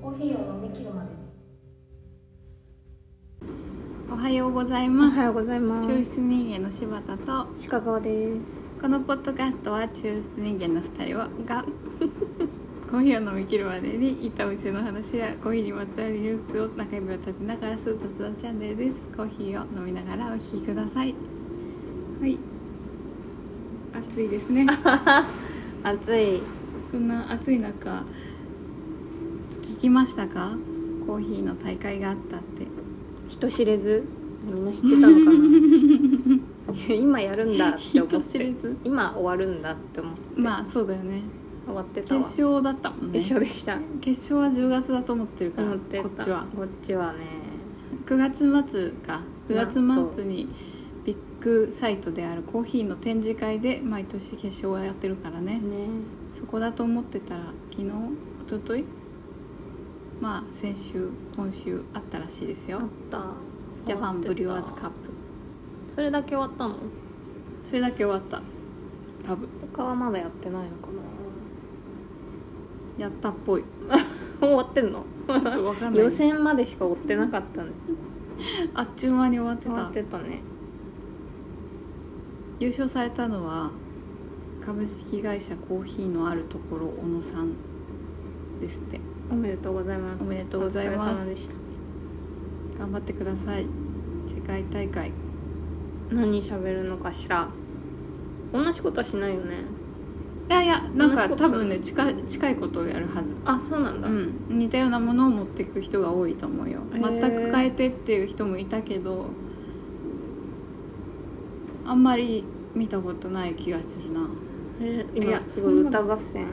コーヒーを飲み切るまでおはようございおます。はようございます。抽出人間の柴田と、鹿川です。このポッドキャストは抽出人間の二人は がコーヒーを飲み切るまでに行ったお店の話やコーヒーにまつわるニュースを中指を立てながらする雑談チャンネルです。コーヒーを飲みながらお聞きください。はい。暑いです ね。暑い。そんな暑い中、聞きましたか？コーヒーの大会があった って。人知れず。みんな知ってたのかな。 今やるんだって思人っ知てれ。ず。今終わるんだって思ってまあそうだよね。終わって決たわ。勝だったもんね。一緒でした。決勝は10月だと思ってるから思こってた。っちはこっちはね。 9月末かまあ9そう月末にビッグサイトであるコーヒーの展示会で毎年決勝はやってるからね、ね。そこだと思ってたら昨日一昨日まあ先週今週あったらしいですあよった。ジャパンブリュワーズカッかプそれだけ終わったの？それだけ終わった多分他はまだやってないのかな。やったっぽい終わってんの？ちょっとわかんない 予選までしか追ってなかったね。あっちゅう間に終わって終わたってたね。優勝されたのは株式会社コーヒーのあるところ小野さんですっておめでとうございます。おめでとうございますお疲れ様でした。頑張ってください世界大会何喋るのかしら同じことはしないよねいやいやなんか同じこと多分ね近い近いことをやるはず、あそうなんうだ、ん、似たようなものを持っていく人が多いと思うよへー全く変えてっていう人もいたけどあんまり見たことない気がするなえーい今やすごいそんな歌合戦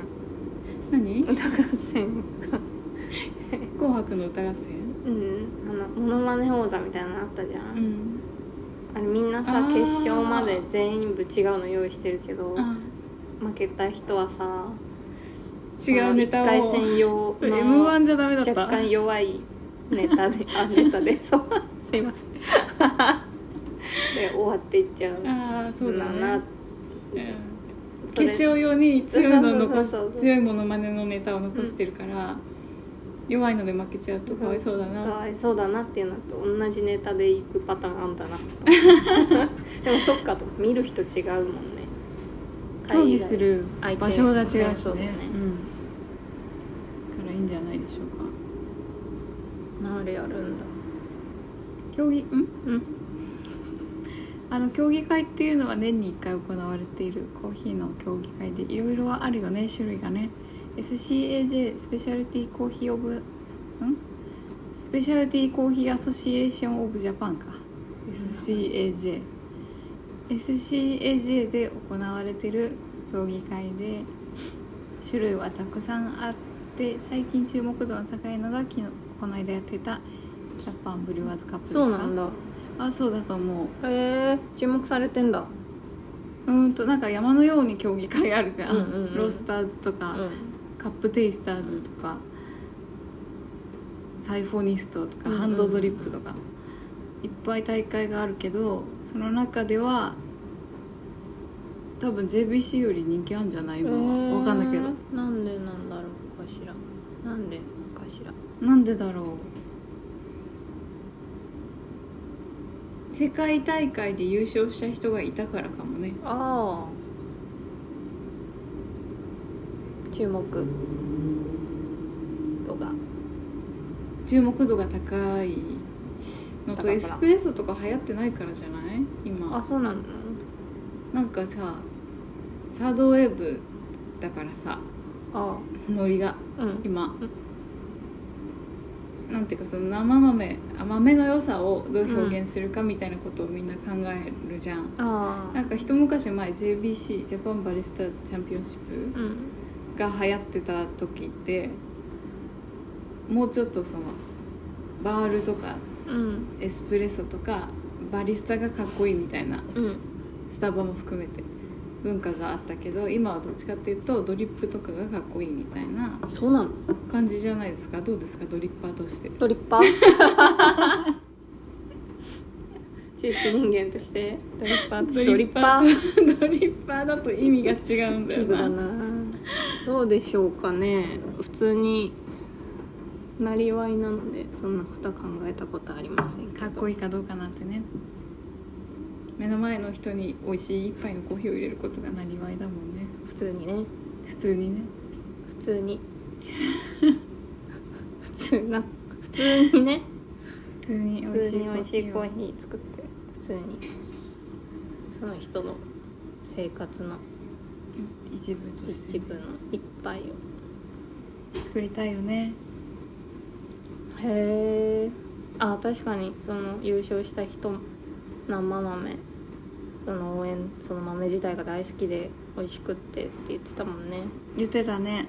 何歌合戦が 紅白の歌合戦うんあのモノマネ王座みたいなのあったじゃん、うんあれみんなさあー決勝まで全員部違うの用意してるけどあ負けた人はさ違うネタを1回 戦用の m 1じゃダメだった若干弱いネタ であネタでそうすいま せんで終わっていっちゃうんああそうだだなな、それ決勝用に強いの残しそうそうそうそう強いものまねのネタを残してるから、弱いので負けちゃうとかわいそうだかなわいそうだなっていうのと同じネタでいくパターンあん だなとでもそっかと見る人違うもんね競技する海外場所が違うしねそうだよねうんだからいいんじゃないでしょうかあれやるんだ競技んうんあの競技会っていうのは年に1回行われているコーヒーの競技会でいろいろあるよね種類がね SCAJ スペシャルティーコーヒーオブんスペシャルティーコーヒーアソシエーションオブジャパンか SCAJ SCAJ で行われている競技会で種類はたくさんあって最近注目度の高いのが昨日この間やってたジャパンブリュワーズカップですかそうなんだあそうだと思うへえ注目されてんだうーんとなんか山のように競技会あるじゃん,、うんうんうんロースターズとうか、んカップテイスターズとか、サイフォニストとか、うんうんハンドドリップとかいっぱい大会があるけどその中では多分 JBC より人気あるんじゃない今は分かんないけどなんでなんだろうかしらなんでかしらなんでだろう世界大会で優勝した人がいたからかもねああ注目とか注目度が高いのだとからエスプレッソとか流行ってないからじゃないあ今そうなのなんかさサードウェーブだからさあノリがあうん今なんていうかその生豆あ豆の良さをどう表現するかみたいなことをみんな考えるじゃん、あなんか一昔前 JBC ジャパンバリスタチャンピオンシッうプんが流行ってた時ってもうちょっとそのバールとかうんエスプレッソとかバリスタがかっこいいみたいなうんスタバも含めて文化があったけど今はどっちかっていうとドリップとかがかっこいいみたいなそうなの感じじゃないです かどうですかドリッパーとしてドリッパー抽出人間としてドリッパーとしてドドリリッッパパー ードリッパーだと意味が違うんだ器よ具だななどうでしょうかね普通になりわいなのでそんなことは考えたことありませんけどかっこいいかどうかなんてね目の前の人に美味しい一杯のコーヒーを入れることがなりわいだもんね普通にね普通にね普通 に普通な普通にね普通に美普味通しいに美味しいコをーヒー作って普通にその人の生活の一部として一部の一杯を作りたいよねへえあ確かにその優勝した人生豆その応援その豆自体が大好きで美味しくってって言ってたもんね言ってたね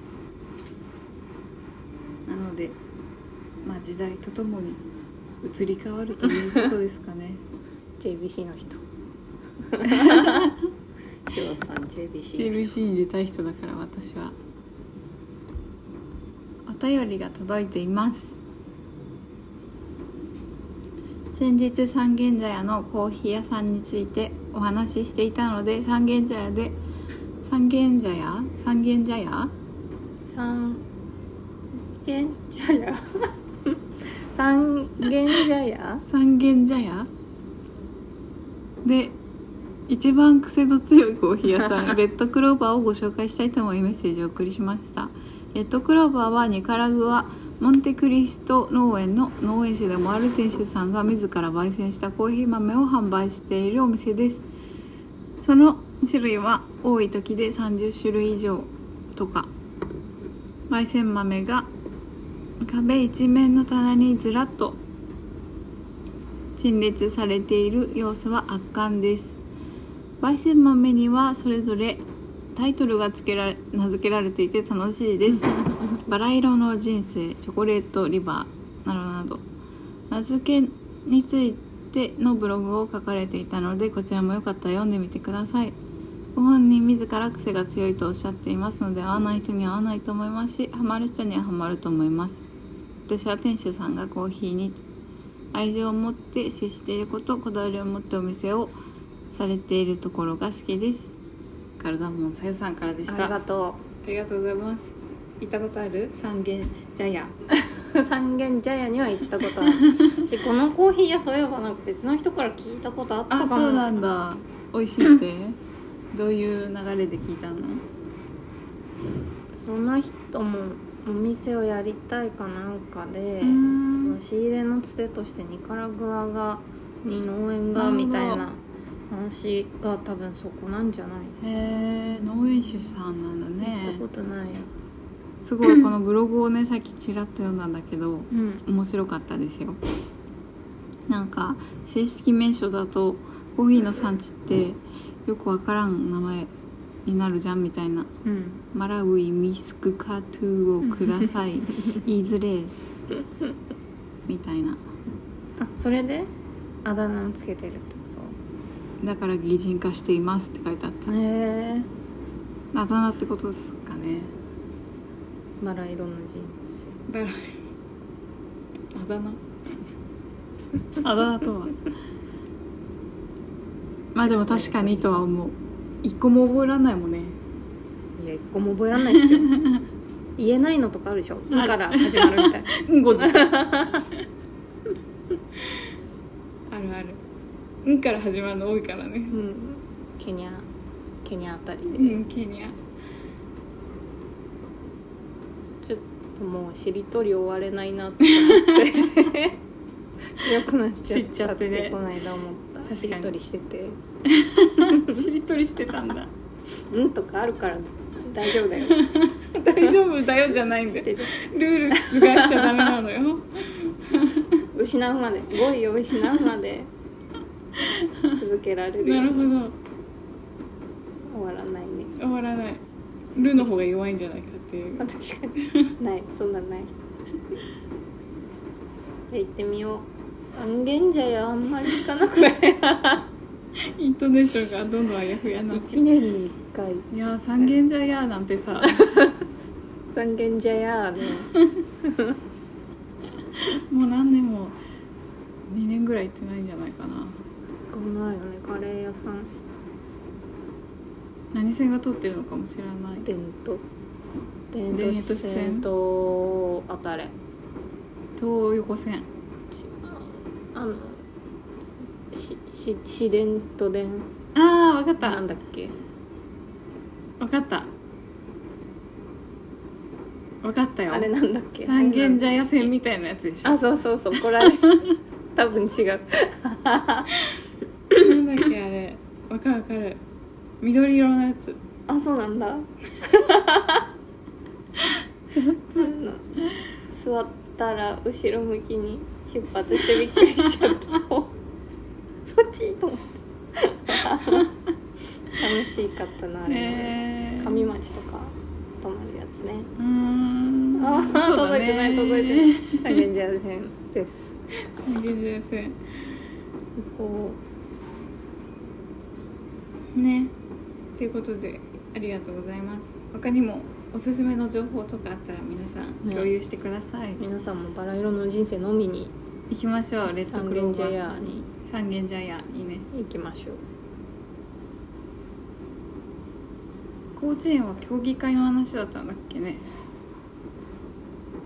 なのでまあ時代とともに移り変わるということですか ね JBC の人塩田さん JBC の人 CBC に出たい人だから私はお便りが届いています先日三軒茶屋のコーヒー屋さんについてお話ししていたので三軒茶屋で三軒茶屋三軒茶屋三軒茶屋三軒茶屋三軒茶屋で一番癖の強いコーヒー屋さんレッドクローバーをご紹介したいと思いメッセージをお送りしましたレッドクローバーはニカラグアモンテクリスト農園の農園主でもある店主さんが自ら焙煎したコーヒー豆を販売しているお店ですその種類は多い時で30種類以上とか焙煎豆が壁一面の棚にずらっと陳列されている様子は圧巻です焙煎豆にはそれぞれタイトルが付けられ名付けられていて楽しいですバラ色の人生チョコレートリバーなどなど名付けについてのブログを書かれていたのでこちらもよかったら読んでみてくださいご本人自ら癖が強いとおっしゃっていますので合わない人には合わないと思いますしハマる人にはハマると思います私は店主さんがコーヒーに愛情を持って接していることこだわりを持ってお店をされているところが好きですカルダモンさゆさんからでしありたがとありがとうございます行ったことある三軒茶屋う 三軒茶屋には行ったこと あるしこのコーヒー屋そういえばなんか別の人から聞いたことあったかあもそうなんだ美味しい ってどういう流れで聞いたのその人もお店をやりたいかなんかでうーそんの仕入れのつてとしてニカラグアがに農園なるがほどみたいな話が多分そこなんじゃないへえ農園主さんなんだ行ったこねとないやすごいこのブログをねさっきちらっと読んだんだけどうん面白かったですよなんか正式名称だとコーヒーの産地ってよくわからん名前になるじゃんみたいなうんマラウイミスクカトゥーをくださ い言いづれえみたいなあそれであだ名をつけてるってこだから擬人化していますって書いてあっとへえたあだ名ってことですかねバラ色の人だからあだ名あだ名とはまあでも確かにとは思う一個も覚えらんないもんね生いや一個も覚えられない ですよ言えないのとかあるでしょ「う」から始まるみたいなうんこ自体あるあるうんから始まるの多いからね うんケニアケニアあたりで、うんケニアちょっともうしりとり終われないな って思って強くなっちゃった知っちゃってねこの間思った確かにしりとりしてて「しりとりしてたん だうん」とかあるから大丈夫だよ大丈夫だよじゃないん 知っでてルるール覆しちゃダメなの よ失うま で語彙を失うまで続けられるよなるほど終わらないね終わらないルーの方が弱いんじゃないかっていうあ確か にないそんなんないじゃあ行ってみよう三軒茶屋あんまり行かなくないイントネーションがどんどんあやふ やなって1年に1回いやー三軒茶屋なんて さ三軒茶屋でもう何年も2年ぐらい行ってないんじゃないかな何線が通ってるのかも知らない伝統伝伝統統支支線線とあとあれ違う東横線あのしし市電と電ああ分かったなんだっけ分かった分かったよあれなんだっけ三軒茶屋線みたいなやつでしょあそうそうそうこれあれ多分違うなんだっけあれ分かる分かる緑色のやつあそうなんだなんだ座ったら後ろ向きに出発してびっくりしちゃったそっちと思って楽しかったなあれ、ねえ上町とか泊まるやつねうーんああ、そうだ届ねいてない届いて ない三軒茶屋線です三軒茶屋線こねということでありがとうございます他にもおすすめの情報とかあったら皆さんね共有してください、う皆さんもバラ色の人生のみに行きましょうレッド三クロ軒ー茶バー屋さんに三軒茶屋にね行きましょう高知園は競技会の話だったんだっけね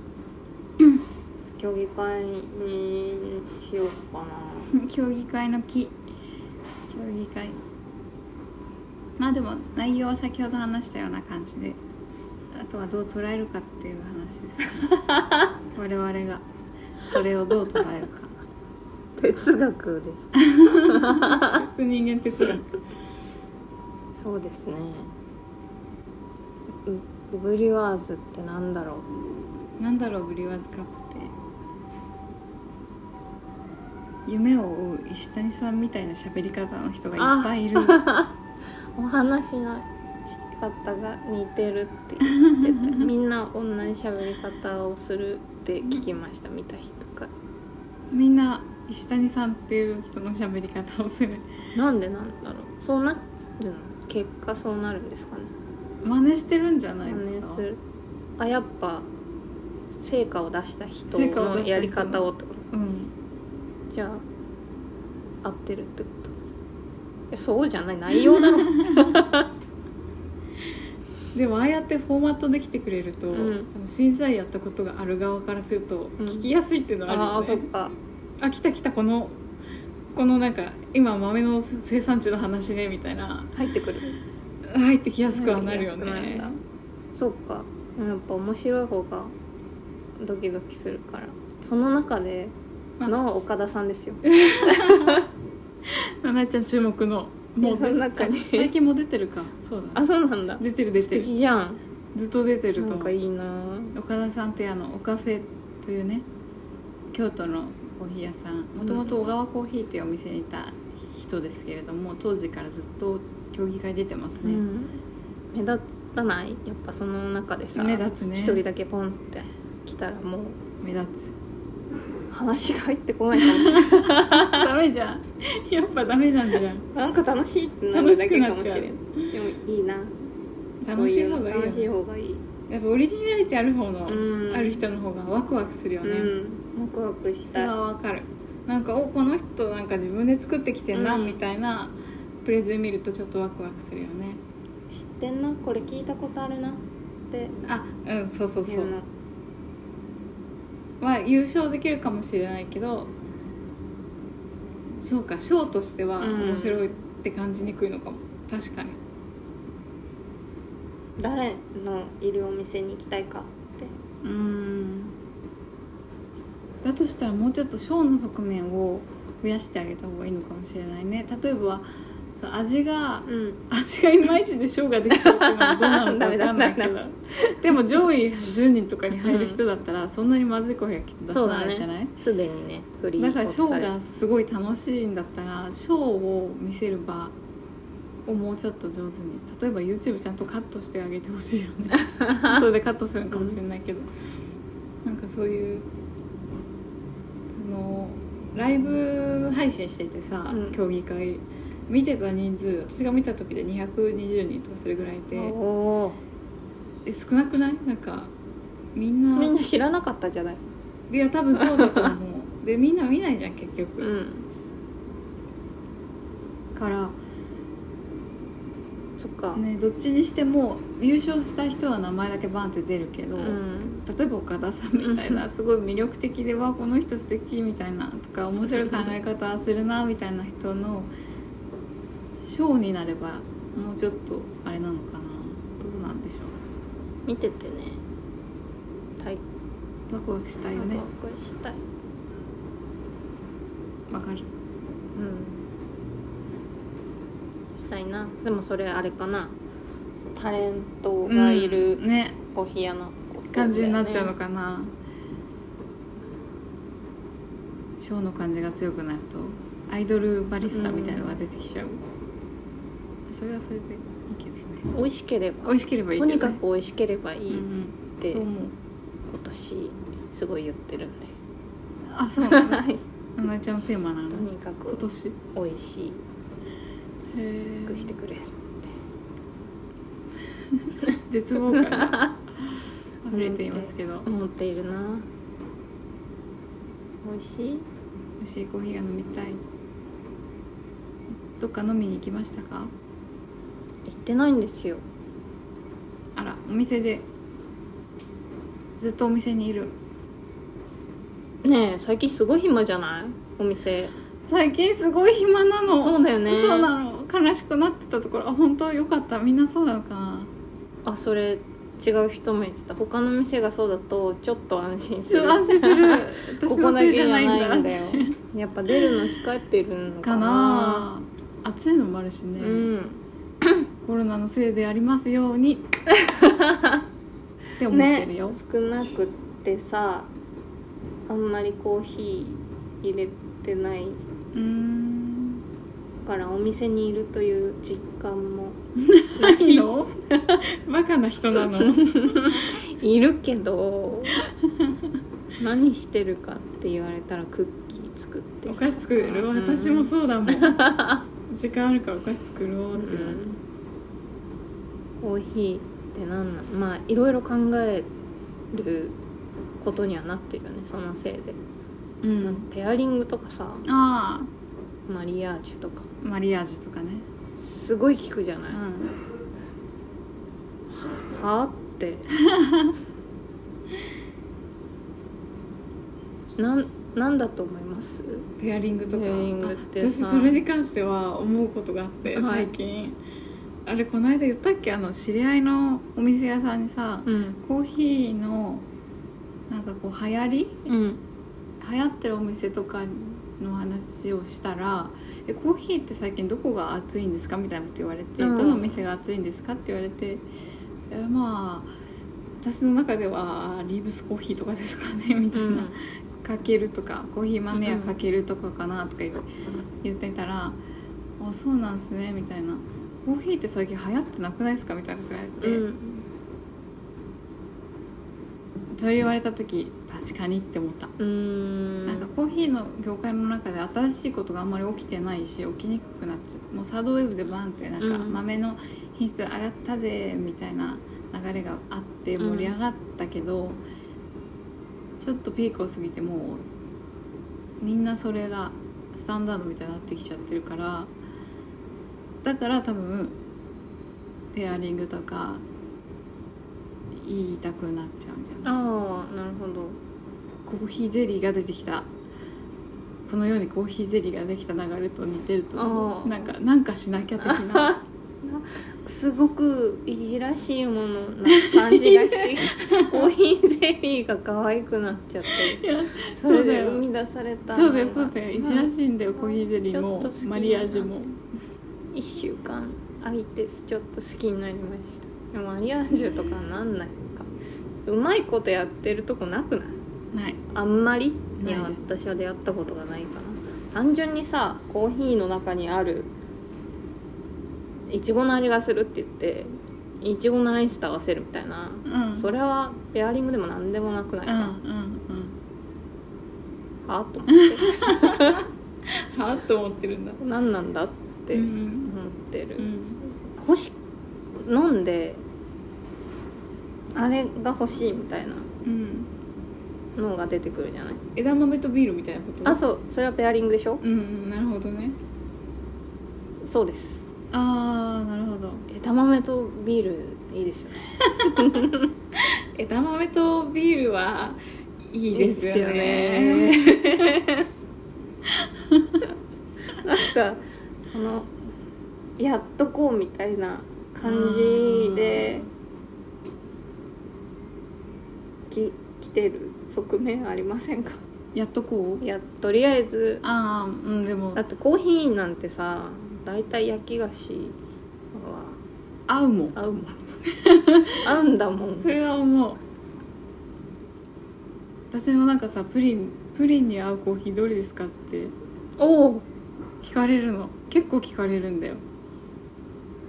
競技会にしようかな競技会の木競技会まあでも内容は先ほど話したような感じであとはどう捉えるかっていう話です、 ね、我々がそれをどう捉え るか哲学で人間哲学すそうですねうブリュワーズってなんだろなんだろうブリュワーズカップって夢を追う石谷さんみたいな喋り方の人がいっぱいいるうお話の仕方が似てるって言っててみんな同じ喋り方をするって聞きました見た人から みんな石谷さんっていう人の喋り方をするなんでなんだろうそうなるの結果そうなるんですかね真似してるんじゃないです真か似するあやっぱ成果を出した人成果をの出した人のやり方をってことうんじゃあ合ってるってことだえそうじゃない内容 だろでもああやってフォーマットできてくれると、うんあの審査員やったことがある側からするとうん聞きやすいっていうのはあああるそよっね、かあ来た来たこのこのなんか今豆の生産地の話ねみたいな入ってくる入ってきやすくはなるよね入ってきやすくなるんだそっかやっぱ面白い方がドキドキするからその中でまあの岡田さんですよななちゃん注目のいやその中にあ最近も出てるかそうだあそうなんだ出てる出素てる敵じゃんずっと出てるなとん思かういいな岡田さんってあのおカフェというね京都のコーヒー屋さんもともと小川コーヒーっていうお店にいた人ですけれども当時からずっと競技会出てますうね、ん目立たないやっぱその中でさ目立つね一人だけポンって来たらもう目立つ話が入ってこないかもしれないダメじゃんやっぱダメなんじゃんなんか楽しいってなるだけかもしれない楽しでもいいな楽しい方がいいそよ、ううの楽しいね、方がいいやっぱオリジナリティある方の、うんある人の方がワクワクするよね、うんワクワクしそれたいはわかるなんかおこの人なんか自分で作ってきてんな、うんみたいなプレゼン見るとちょっとワクワクするよね知ってんなこれ聞いたことあるなってあうんそうそうそいううのは優勝できるかもしれないけどそうか賞としてはうん面白いって感じにくいのかも、確かに誰のいるお店に行きたいかってうんだとしたらもうちょっと賞の側面を増やしてあげた方がいいのかもしれないね例えばその味がうん味がいまいちで賞ができたっていうのはどうなのか分かんないけダメどだダメでも上位10人とかに入る人だったらそんなにまずいコーヒーがきっと出さないじゃないすでにねフリーだから賞オフされがすごい楽しいんだったら賞を見せる場をもうちょっと上手に例えば YouTube ちゃんとカットしてあげてほしいよ ね後でカットするのかもしれないけど、なんかそういうそのライブ配信しててさ、うん競技会見てた人数私が見た時で220人とかそれぐらいいておーえ少なくないなんかみんなみんな知らなかったじゃないいや多分そうだと思 うでみんな見ないじゃん結局、うんからそっか、ね、どっちにしても優勝した人は名前だけバンって出るけど、うん例えば岡田さんみたいなすごい魅力的でわこの人素敵みたいなとか面白い考え方するなみたいな人の賞になればもうちょっとあれなのかなどうなんでしょ見ててね体うワクワクしたいよねワクワクしたいわかるうんしたいなでもそれあれかなタレントがいるうんねコーヒー屋の、感じになっちゃうのかなショーの感じが強くなるとアイドルバリスタみたいなのが出てきちゃう、それはそれでいいけどね美味しければ美味しければいいとけど、ね、にかく美味しければいうんういっんてそう今思う年すごい言ってるんで、あそうなのはいあなえちゃんのテーマなんとだにか今く年へ美味しくしてえくれ絶望感が 溢れていますけど思っているな美味しい美味しいコーヒーが飲みたいどっか飲みに行きましたか行ってないんですよあらお店でずっとお店にいるねえ最近すごい暇じゃないお店最近すごい暇なのそうだよねそうなの悲しくなってたところあ本当よかったみんなそうなのかなあそれ違う人も言ってた他の店がそうだとちょっと安心すちょるっと安心するこ私 このだせけいじじゃゃなないいんだんだよやっぱ出るの控えてるのかかなな暑いのもあるしね、うんコロナのせいでありますよう にって思ってるよ、ね、少なくってさあんまりコーヒー入れてないうーんからお店にいるという実感もない のバカな人なのいるけど 何してるかって言われたらクッキー作っておる菓子作るうん私もそうだもん 時間あるからお菓子作ろうってなる、コーヒーってなんなんまあいろいろ考えることにはなってるよねそのせいで、うなんん、かペアリングとかさああマリアージュとかマリアージュとかね、すごい効くじゃうない、はん、あってなんなんだと思いますペアリングとかペアリングってあさ私それに関しては思うことがあっては最い近、あれこの間言ったっけあの知り合いのお店屋さんにさ、うんコーヒーのなんかこう流行りうん流行ってるお店とかの話をしたら「えコーヒーって最近どこが熱いんですか?」みたいなこと言われて「うんどのお店が熱いんですか?」って言われて「えまあ私の中ではリーブスコーヒーとかですかね」みたういな。んかけるとかコーヒー豆はかけるとかかなとか言う言ってたら「あそうなんすね」みたいな「コーヒーって最近流行ってなくないですか?」みたいなこと言われて、うんそれ言われた時確かにって思った、うんなんかコーヒーの業界の中で新しいことがあんまり起きてないし起きにくくなっちゃうもうサードウェーブでバンってなんかうん豆の品質上がったぜみたいな流れがあってうん盛り上がったけど、ちょっとピークを過ぎてもうみんなそれがスタンダードみたいになってきちゃってるからだから多分ペアリングとか言いたくなっちゃうんじゃないああなるほどコーヒーゼリーが出てきたこのようにコーヒーゼリーができた流れと似てると思あーうなんかなんかしなきゃ的 なすごくいじらしいものな感じがしてコーヒーゼリーが可愛くなっちゃってそれで生み出されたそうだよそうだよいじらいしいんだよコーヒーゼリーもちょっと好きマリアージュも1週間空いてちょっと好きになりましたでもマリアージュとかなんないかうまいことやってるとこなくないないあんまりいないやね私は出会ったことがないかな単純にさコーヒーの中にあるいちごの味がするって言っていちごのアイスと合わせるみたいな、うんそれはペアリングでも何でもなくないうんうか、んうはんあと思っはあと思ってるんだて 何なんだってう思んってる、うん欲し飲んであれが欲しいみたいなうんのが出てくるじゃない枝豆とビールみたいなことあそうそれはペアリングでしょうんうんなるほどねそうですああなるほど枝豆とビールいいですよね 枝豆とビールはいいいいでですすよよねねなんかそのやっとこうみたいな感じでき来てる側面ありませんかやっとこいうやとりあえずああうんでもだってコーヒーなんてさ大体焼き菓子は合うもん合うも ん合うんだもんそれは思う私もなんかさプリンプリンに合うコーヒーどれですかっておお聞かれるの結構聞かれるんだよ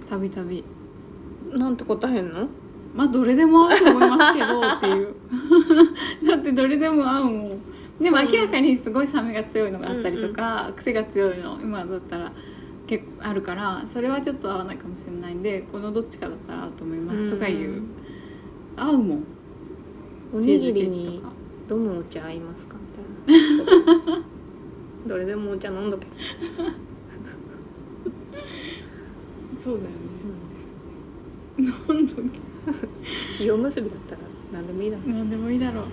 たびたびなんて答えんのまあどれでも合うと思いますけどっていう だってどれでも合うもんでもそう明らかにすごい酸味が強いのがあったりとか、癖が強いの今だったら結構あるからそれはちょっと合わないかもしれないんでこのどっちかだったら合うと思いますとか言う、合うもんおチにーぎズケりーキにとかどのお茶合いま すかみたいなどれでもお茶飲んどけ、そうだよねなんだっけ塩結びだったら何でもいいだろ何でもいいだろう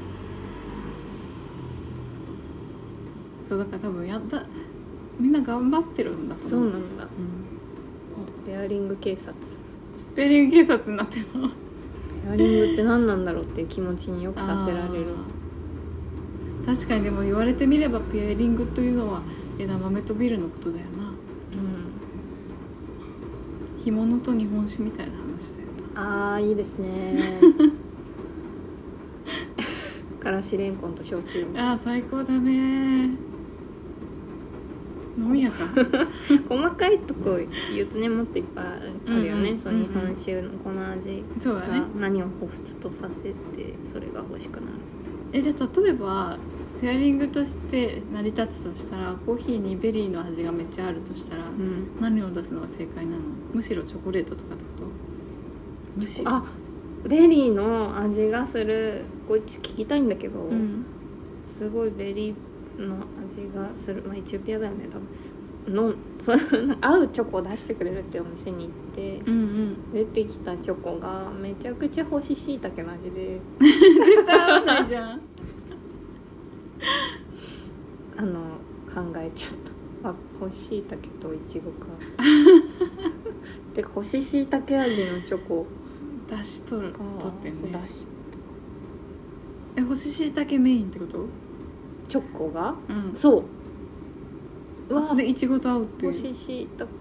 そうだから多分やったみんな頑張ってるんだとそ思ううなんだうんペアリング警察ベリング警察になってそうペアリングって何なんだろうっていう気持ちによくさせられるあー確かにでも言われてみればペアリングというのは枝豆とビールのことだよなうん干物と日本酒みたいな話だよなあーいいです ねからしれんこんと焼酎みたいなあー最高だね飲み屋か細かいとこ言うとねもっといっぱいあるよね、うんうんその日本酒のこの味そうだねが何を彷彿とさせてそれが欲しくなるえじゃあ例えばペアリングとして成り立つとしたらコーヒーにベリーの味がめっちゃあるとしたら、うん、何を出すのが正解なのむしろチョコレートとかってことむしろあベリーの味がするこっち聞きたいんだけど、うんすごいベリーの味がするまあエチオピアだよね多分のそう いう合うチョコを出してくれるっていうお店に行って、うんうん出てきたチョコがめちゃくちゃ干し椎茸の味で絶対合わないじゃんあの考えちゃったあ干し椎茸といちご かで干し椎茸味のチョコ出しとるがとってそうねだしえ干し椎茸メインってことチョコがうんそうはでいちごと合うって干いし椎茸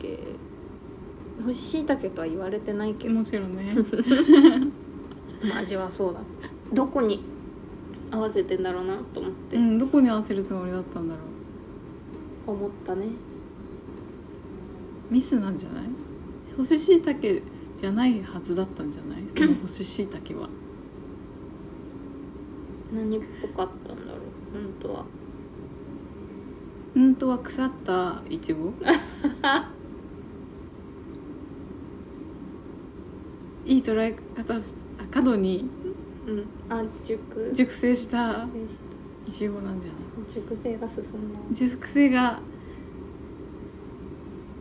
干し椎茸とは言われてないけうどもちろん ねまあ味はそうだどこに合わせてんだろうなと思ってうんどこに合わせるつもりだったんだろ思ったね、うミスなんじゃない干し椎茸じゃないはずだったんじゃないその干し椎茸は何っぽかったんだろう本当はうんとは腐ったいちごいい捉え方をしあ角にうんあ熟熟成した成したいちごなんじゃない熟成が進んだ熟成が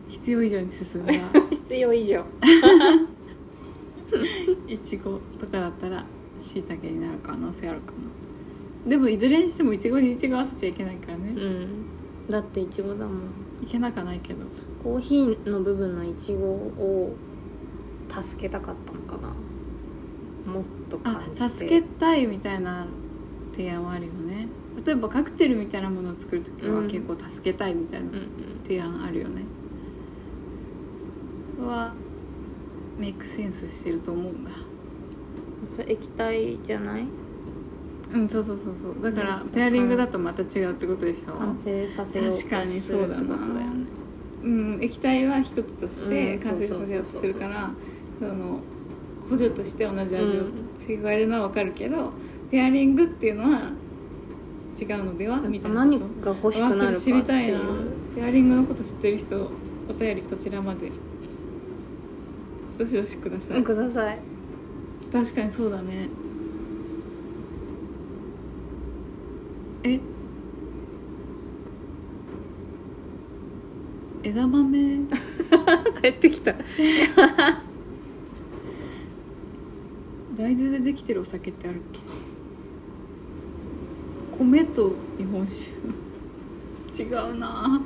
必要以上に進んだ必要以上いちごとかだったら椎茸になる可能性あるかなでもいずれにしてもいちごにいちご合わせちゃいけないからうね、んだっていちごだもんいけなかないけどコーヒーの部分のいちごを助けたかったのかなもっとあ感じて助けたいみたいな提案はあるよね例えばカクテルみたいなものを作るときはうん結構助けたいみたいなうんうん提案あるよね、それはメイクセンスしてると思うんだそれ液体じゃないうんそうそうそうそうだからうんペアリングだとまた違うってことでしょ完成させようとす確るかにそうだなってことだよねうん、液体は一つとして完成させようとするかうらその補助として同じ味をうん加えるのは分かるけど、ペアリングっていうのは違うのではみたいな何ことが欲しくなあるかそれって知りたいいなうペアリングのこと知ってる人お便りこちらまでどしどしください、ください確かにそうだねえ枝豆帰ってきた大豆でできてるお酒ってあるっけ米と日本酒違うな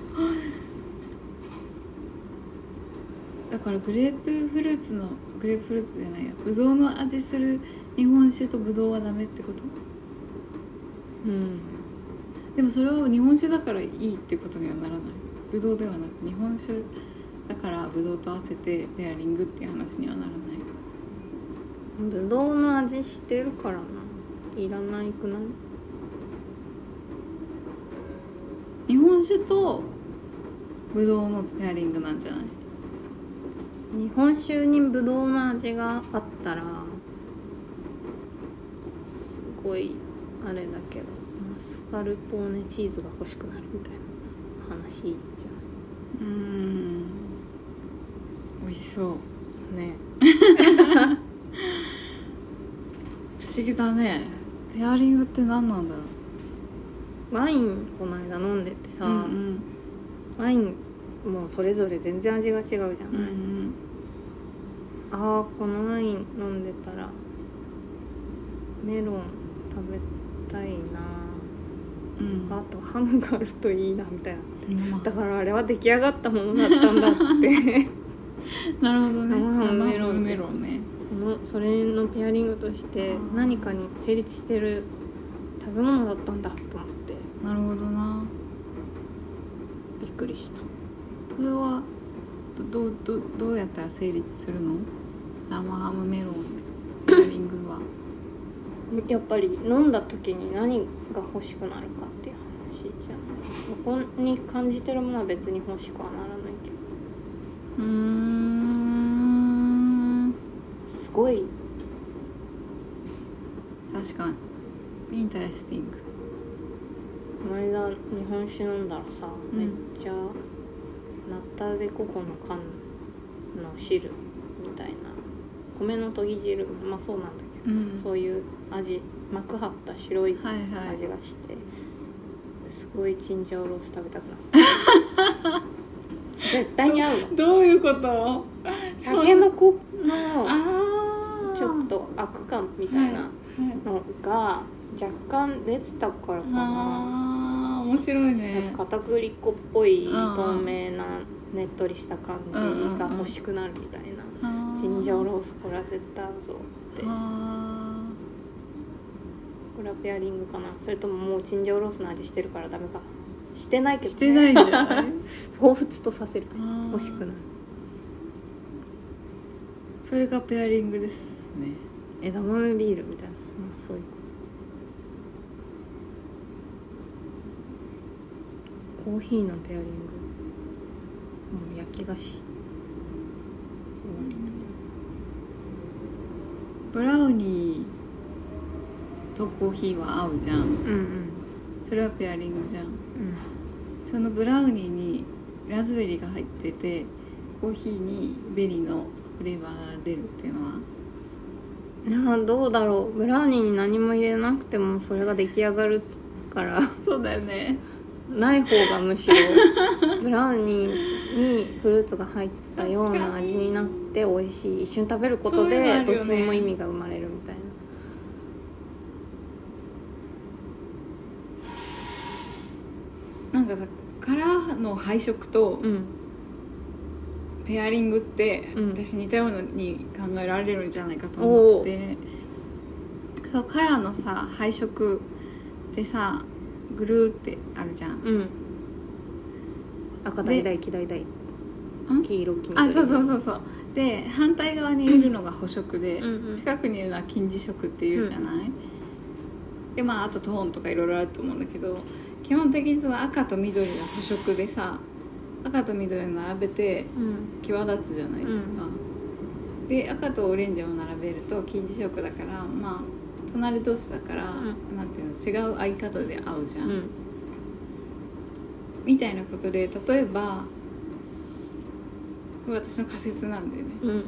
だからグレープフルーツのグレープフルーツじゃないやぶどうの味する日本酒とぶどうはダメってことうんでもそれは日本酒だからいいってことにはならないぶどうではなく日本酒だからぶどうと合わせてペアリングっていう話にはならないぶどうの味してるからないらないくない日本酒とぶどうのペアリングなんじゃない日本酒にぶどうの味があったらすごいあれだけどマスカルポーネチーズが欲しくなるみたいな話じうーん美味しそうゃないね不思議だねペアリングって何なんだろうワインこの間飲んでてさ、うんうんワインもうそれぞれ全然味が違うじゃない、うんうんああこのワイン飲んでたらメロン食べたいなうんあとハムがあるといいなみたいな生だからあれは出来上がったものだったんだってなるほどね生生メメロロンンメロンねそのそれのペアリングとしてあー何かに成立してる食べ物だったんだと思ってなるほどなびっくりしたそれはどどうどうどうやったら成立するの生ハムメロンペアリングはやっぱり飲んだ時に何が欲しくなるかっていう話じゃないそこに感じてるものは別に欲しくはならないけどうーんすごい確かにインタレスティングこの間日本酒飲んだらさ、うんめっちゃナタデココの缶の汁みたいな米のとぎ汁まあそうなんだけど、うんそういう味膜張った白いはいはい味がして、すごいチンジャオロース食べたくなった 絶対に合うのどういうことタケノコのああちょっと悪感みたいなのが若干出てたからかな、ああ面白いなんねか片栗粉っぽいうん透明なねっとりした感じが欲しくなるみたいな、チンジャオロースこれは絶対合うぞってこあれはペアリングかなそれとももうチンジャオロースの味してるからダメかなしてないーけど、して ないんじゃない彷彿とさせる欲欲しくなるそれがペアリングですね枝豆ビールみたいな、まあ、そういうことコーヒーのペアリングもう焼き菓子ブラウニーとコーヒーは合うじゃんうんうんそれはペアリングじゃんうんそのブラウニーにラズベリーが入っててコーヒーにベリーのフレーバーが出るっていうのはなあどうだろうブラウニーに何も入れなくてもそれが出来上がるからそうだよねない方が むしろブラウニーにフルーツが入ったような味になって美味しい一瞬食べることそういうのあるよねでどっちにも意味が生まれるみたいななんかさ殻の配色とうんペアリングって、うん私似たようなに考えられるんじゃないかと思ってそうカラーのさ配色ってさぐるーってあるじゃんうん赤で大大黄大大黄色黄緑あそうそうそうそうで反対側にいるのが補色で、うんうん近くにいるのは金地色っていうじゃない、でまああとトーンとかいろいろあると思うんだけど基本的にその赤と緑の補色でさ赤と緑を並べてうん際立つじゃないですか、で赤とオレンジを並べると金地色だからまあ隣同士だから、んなんていうの違う合い方で合うじゃ、うんんみたいなことで例えばこれ私の仮説なんだよねうん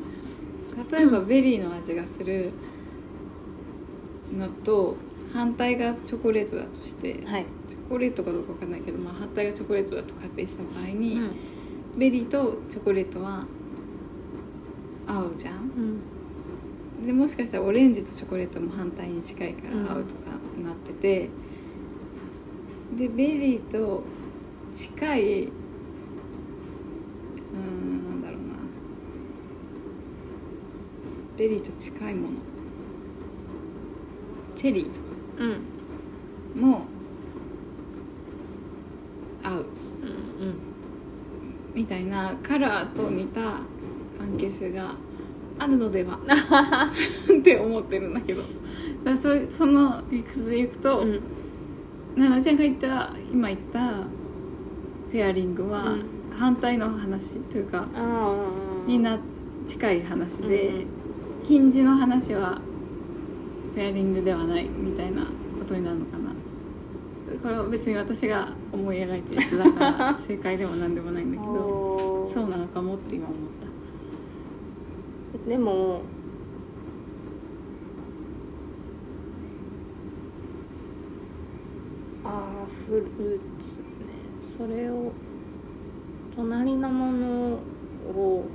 例えばベリーの味がするのと反対がチョコレートだとしてはいチョコレートかどうかわかんないけど、まあ、反対がチョコレートだと仮定した場合うに、んベリーとチョコレートは合うじゃんうんでもしかしたらオレンジとチョコレートも反対に近いからうん合うとかなってて、でベリーと近いうーんなんだろうなベリーと近いものチェリーとかうんも合ううんみたいなカラーと似た関係性があるので はって思ってるんだけどだからそその理屈でいくと、うん奈々ちゃんが言った今言ったペアリングはうん反対の話というか、ああにな近い話で、うん近似の話はペアリングではないみたいなことになるのかなこれは別に私が思い描いたやつだから 正解でも何でもないんだけど。おーそうなのかもって今思ったでもああフルーツねそれを隣のものを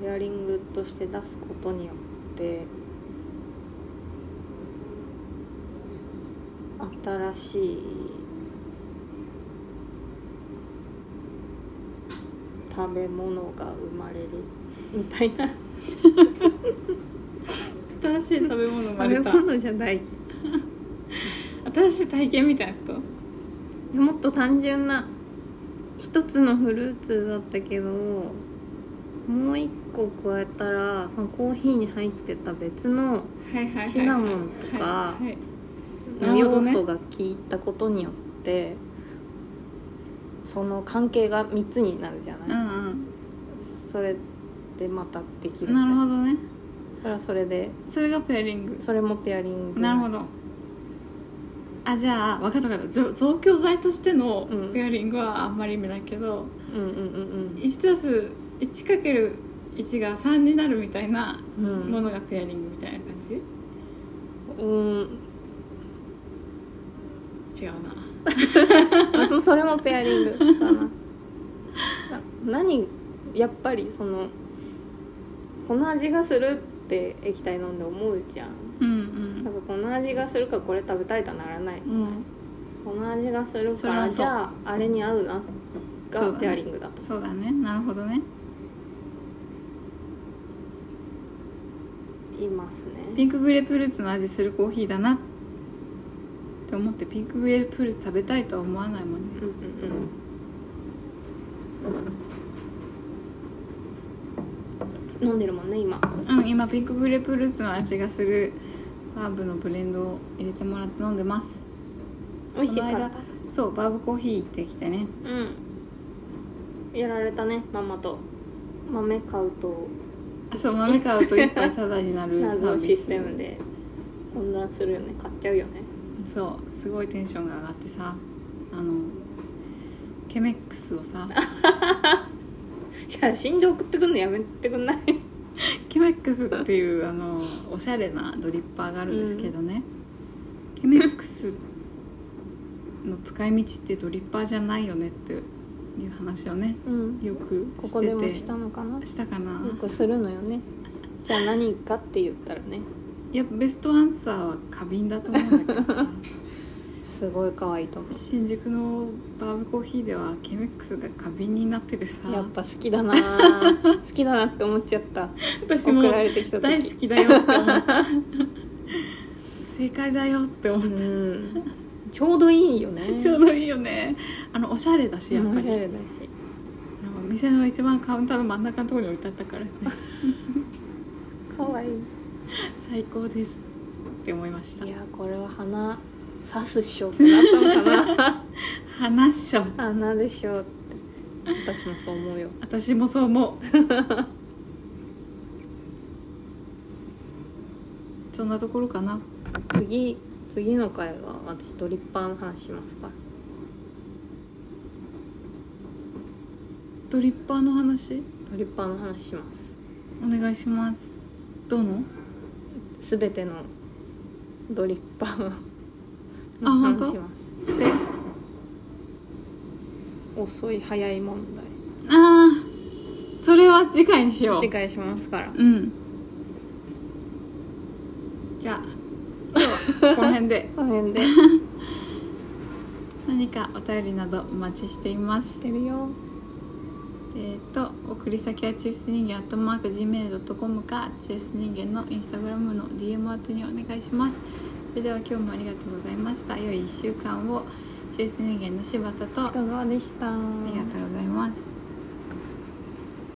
ペアリングとして出すことによって新しい食べ物が生まれるみたいな新しい食べ物が食出べた物じゃない新しい体験みたいなこともっと単純な一つのフルーツだったけどもう一個加えたらそのコーヒーに入ってた別のはいはいはいシナモンとかはいはいなるほど要ね素が効いたことによって、その関係が3つになるじゃうない、んそれでまたできうるんなるほどねそれはそれでそれがペアリングそれもペアリングなるほどあじゃあ分かった分かった増増強剤としてのうんペアリングはあんまり意味ないけど、うんうん1たす 1×1 が3になるみたいなうんうんうんものがペアリングみたいな感じ、うん違うな私 もそれもペアリングだな な何やっぱりそのこの味がするって液体飲んで思うじゃんうんなんかこの味がするからこれ食べたいとはならないうんうんこの味がするそかれはらそうじゃああれに合うなそうだがねペアリングだとそうだねなるほどね言いますねピンクグレープフルーツの味するコーヒーだなって思ってピンクグレープフルーツ食べたいとは思わないもんうねんうんうん飲んでるもんね今うん今ピンクグレープフルーツの味がするバーブのブレンドを入れてもらって飲んでます美味しいからこの間そうバーブコーヒー行ってきてねうんやられたねママと豆買うとあそう豆買うと一杯タダになるサ 謎ーのビシスステムで混乱するよね買っちゃうよねそうすごいテンションが上がってさあのケメックスをさ写真で送ってくんのやめてくんないケメックスっていうあのおしゃれなドリッパーがあるんですけどね、ケメックスの使い道ってドリッパーじゃないよねっていう話をねうんよくしててここでもしたのかなよしたかな、くするのよねじゃあ何かって言ったらねいやベストアンサーは花瓶だと思うんだけ どさすごい可愛いと思新宿のバーブコーヒーではケメックスが花瓶になっててさうやっぱ好き だなぁ好きだなって思っちゃった私も送られてきた時大好きだよって思 った正解だよって思っうん ちょうどいいよねたちょうどいいよねあのおしゃれだしやっうんぱおりしゃれだしなんか店の一番カウンターの真ん中のところに置いてあった からね可愛い最高ですって思いましたいやこれは花刺すっしょってなったのかな 話しょ花でしょって私もそう思うよ私もそう思 うそんなところかな次次の回は私ドリッパーの話しますからドリッパーの話ドリッパーの話しまお願いしますどうのす全てのドリッパーのあ本当話しますしてあ遅い早い問題あーは次回にしよう次回しますからうんじゃあ今日はこの辺 でこの辺で何かお便りなどお待ちしていますてるよえっ、と送り先はチュース人間アットマーク Gmail.com かチュース人間のインスタグラムの DM 宛てにお願いしますそれでは今日もありがとうございました良い1週間をチュース人間の柴田とあ鹿川でしたありがとうございます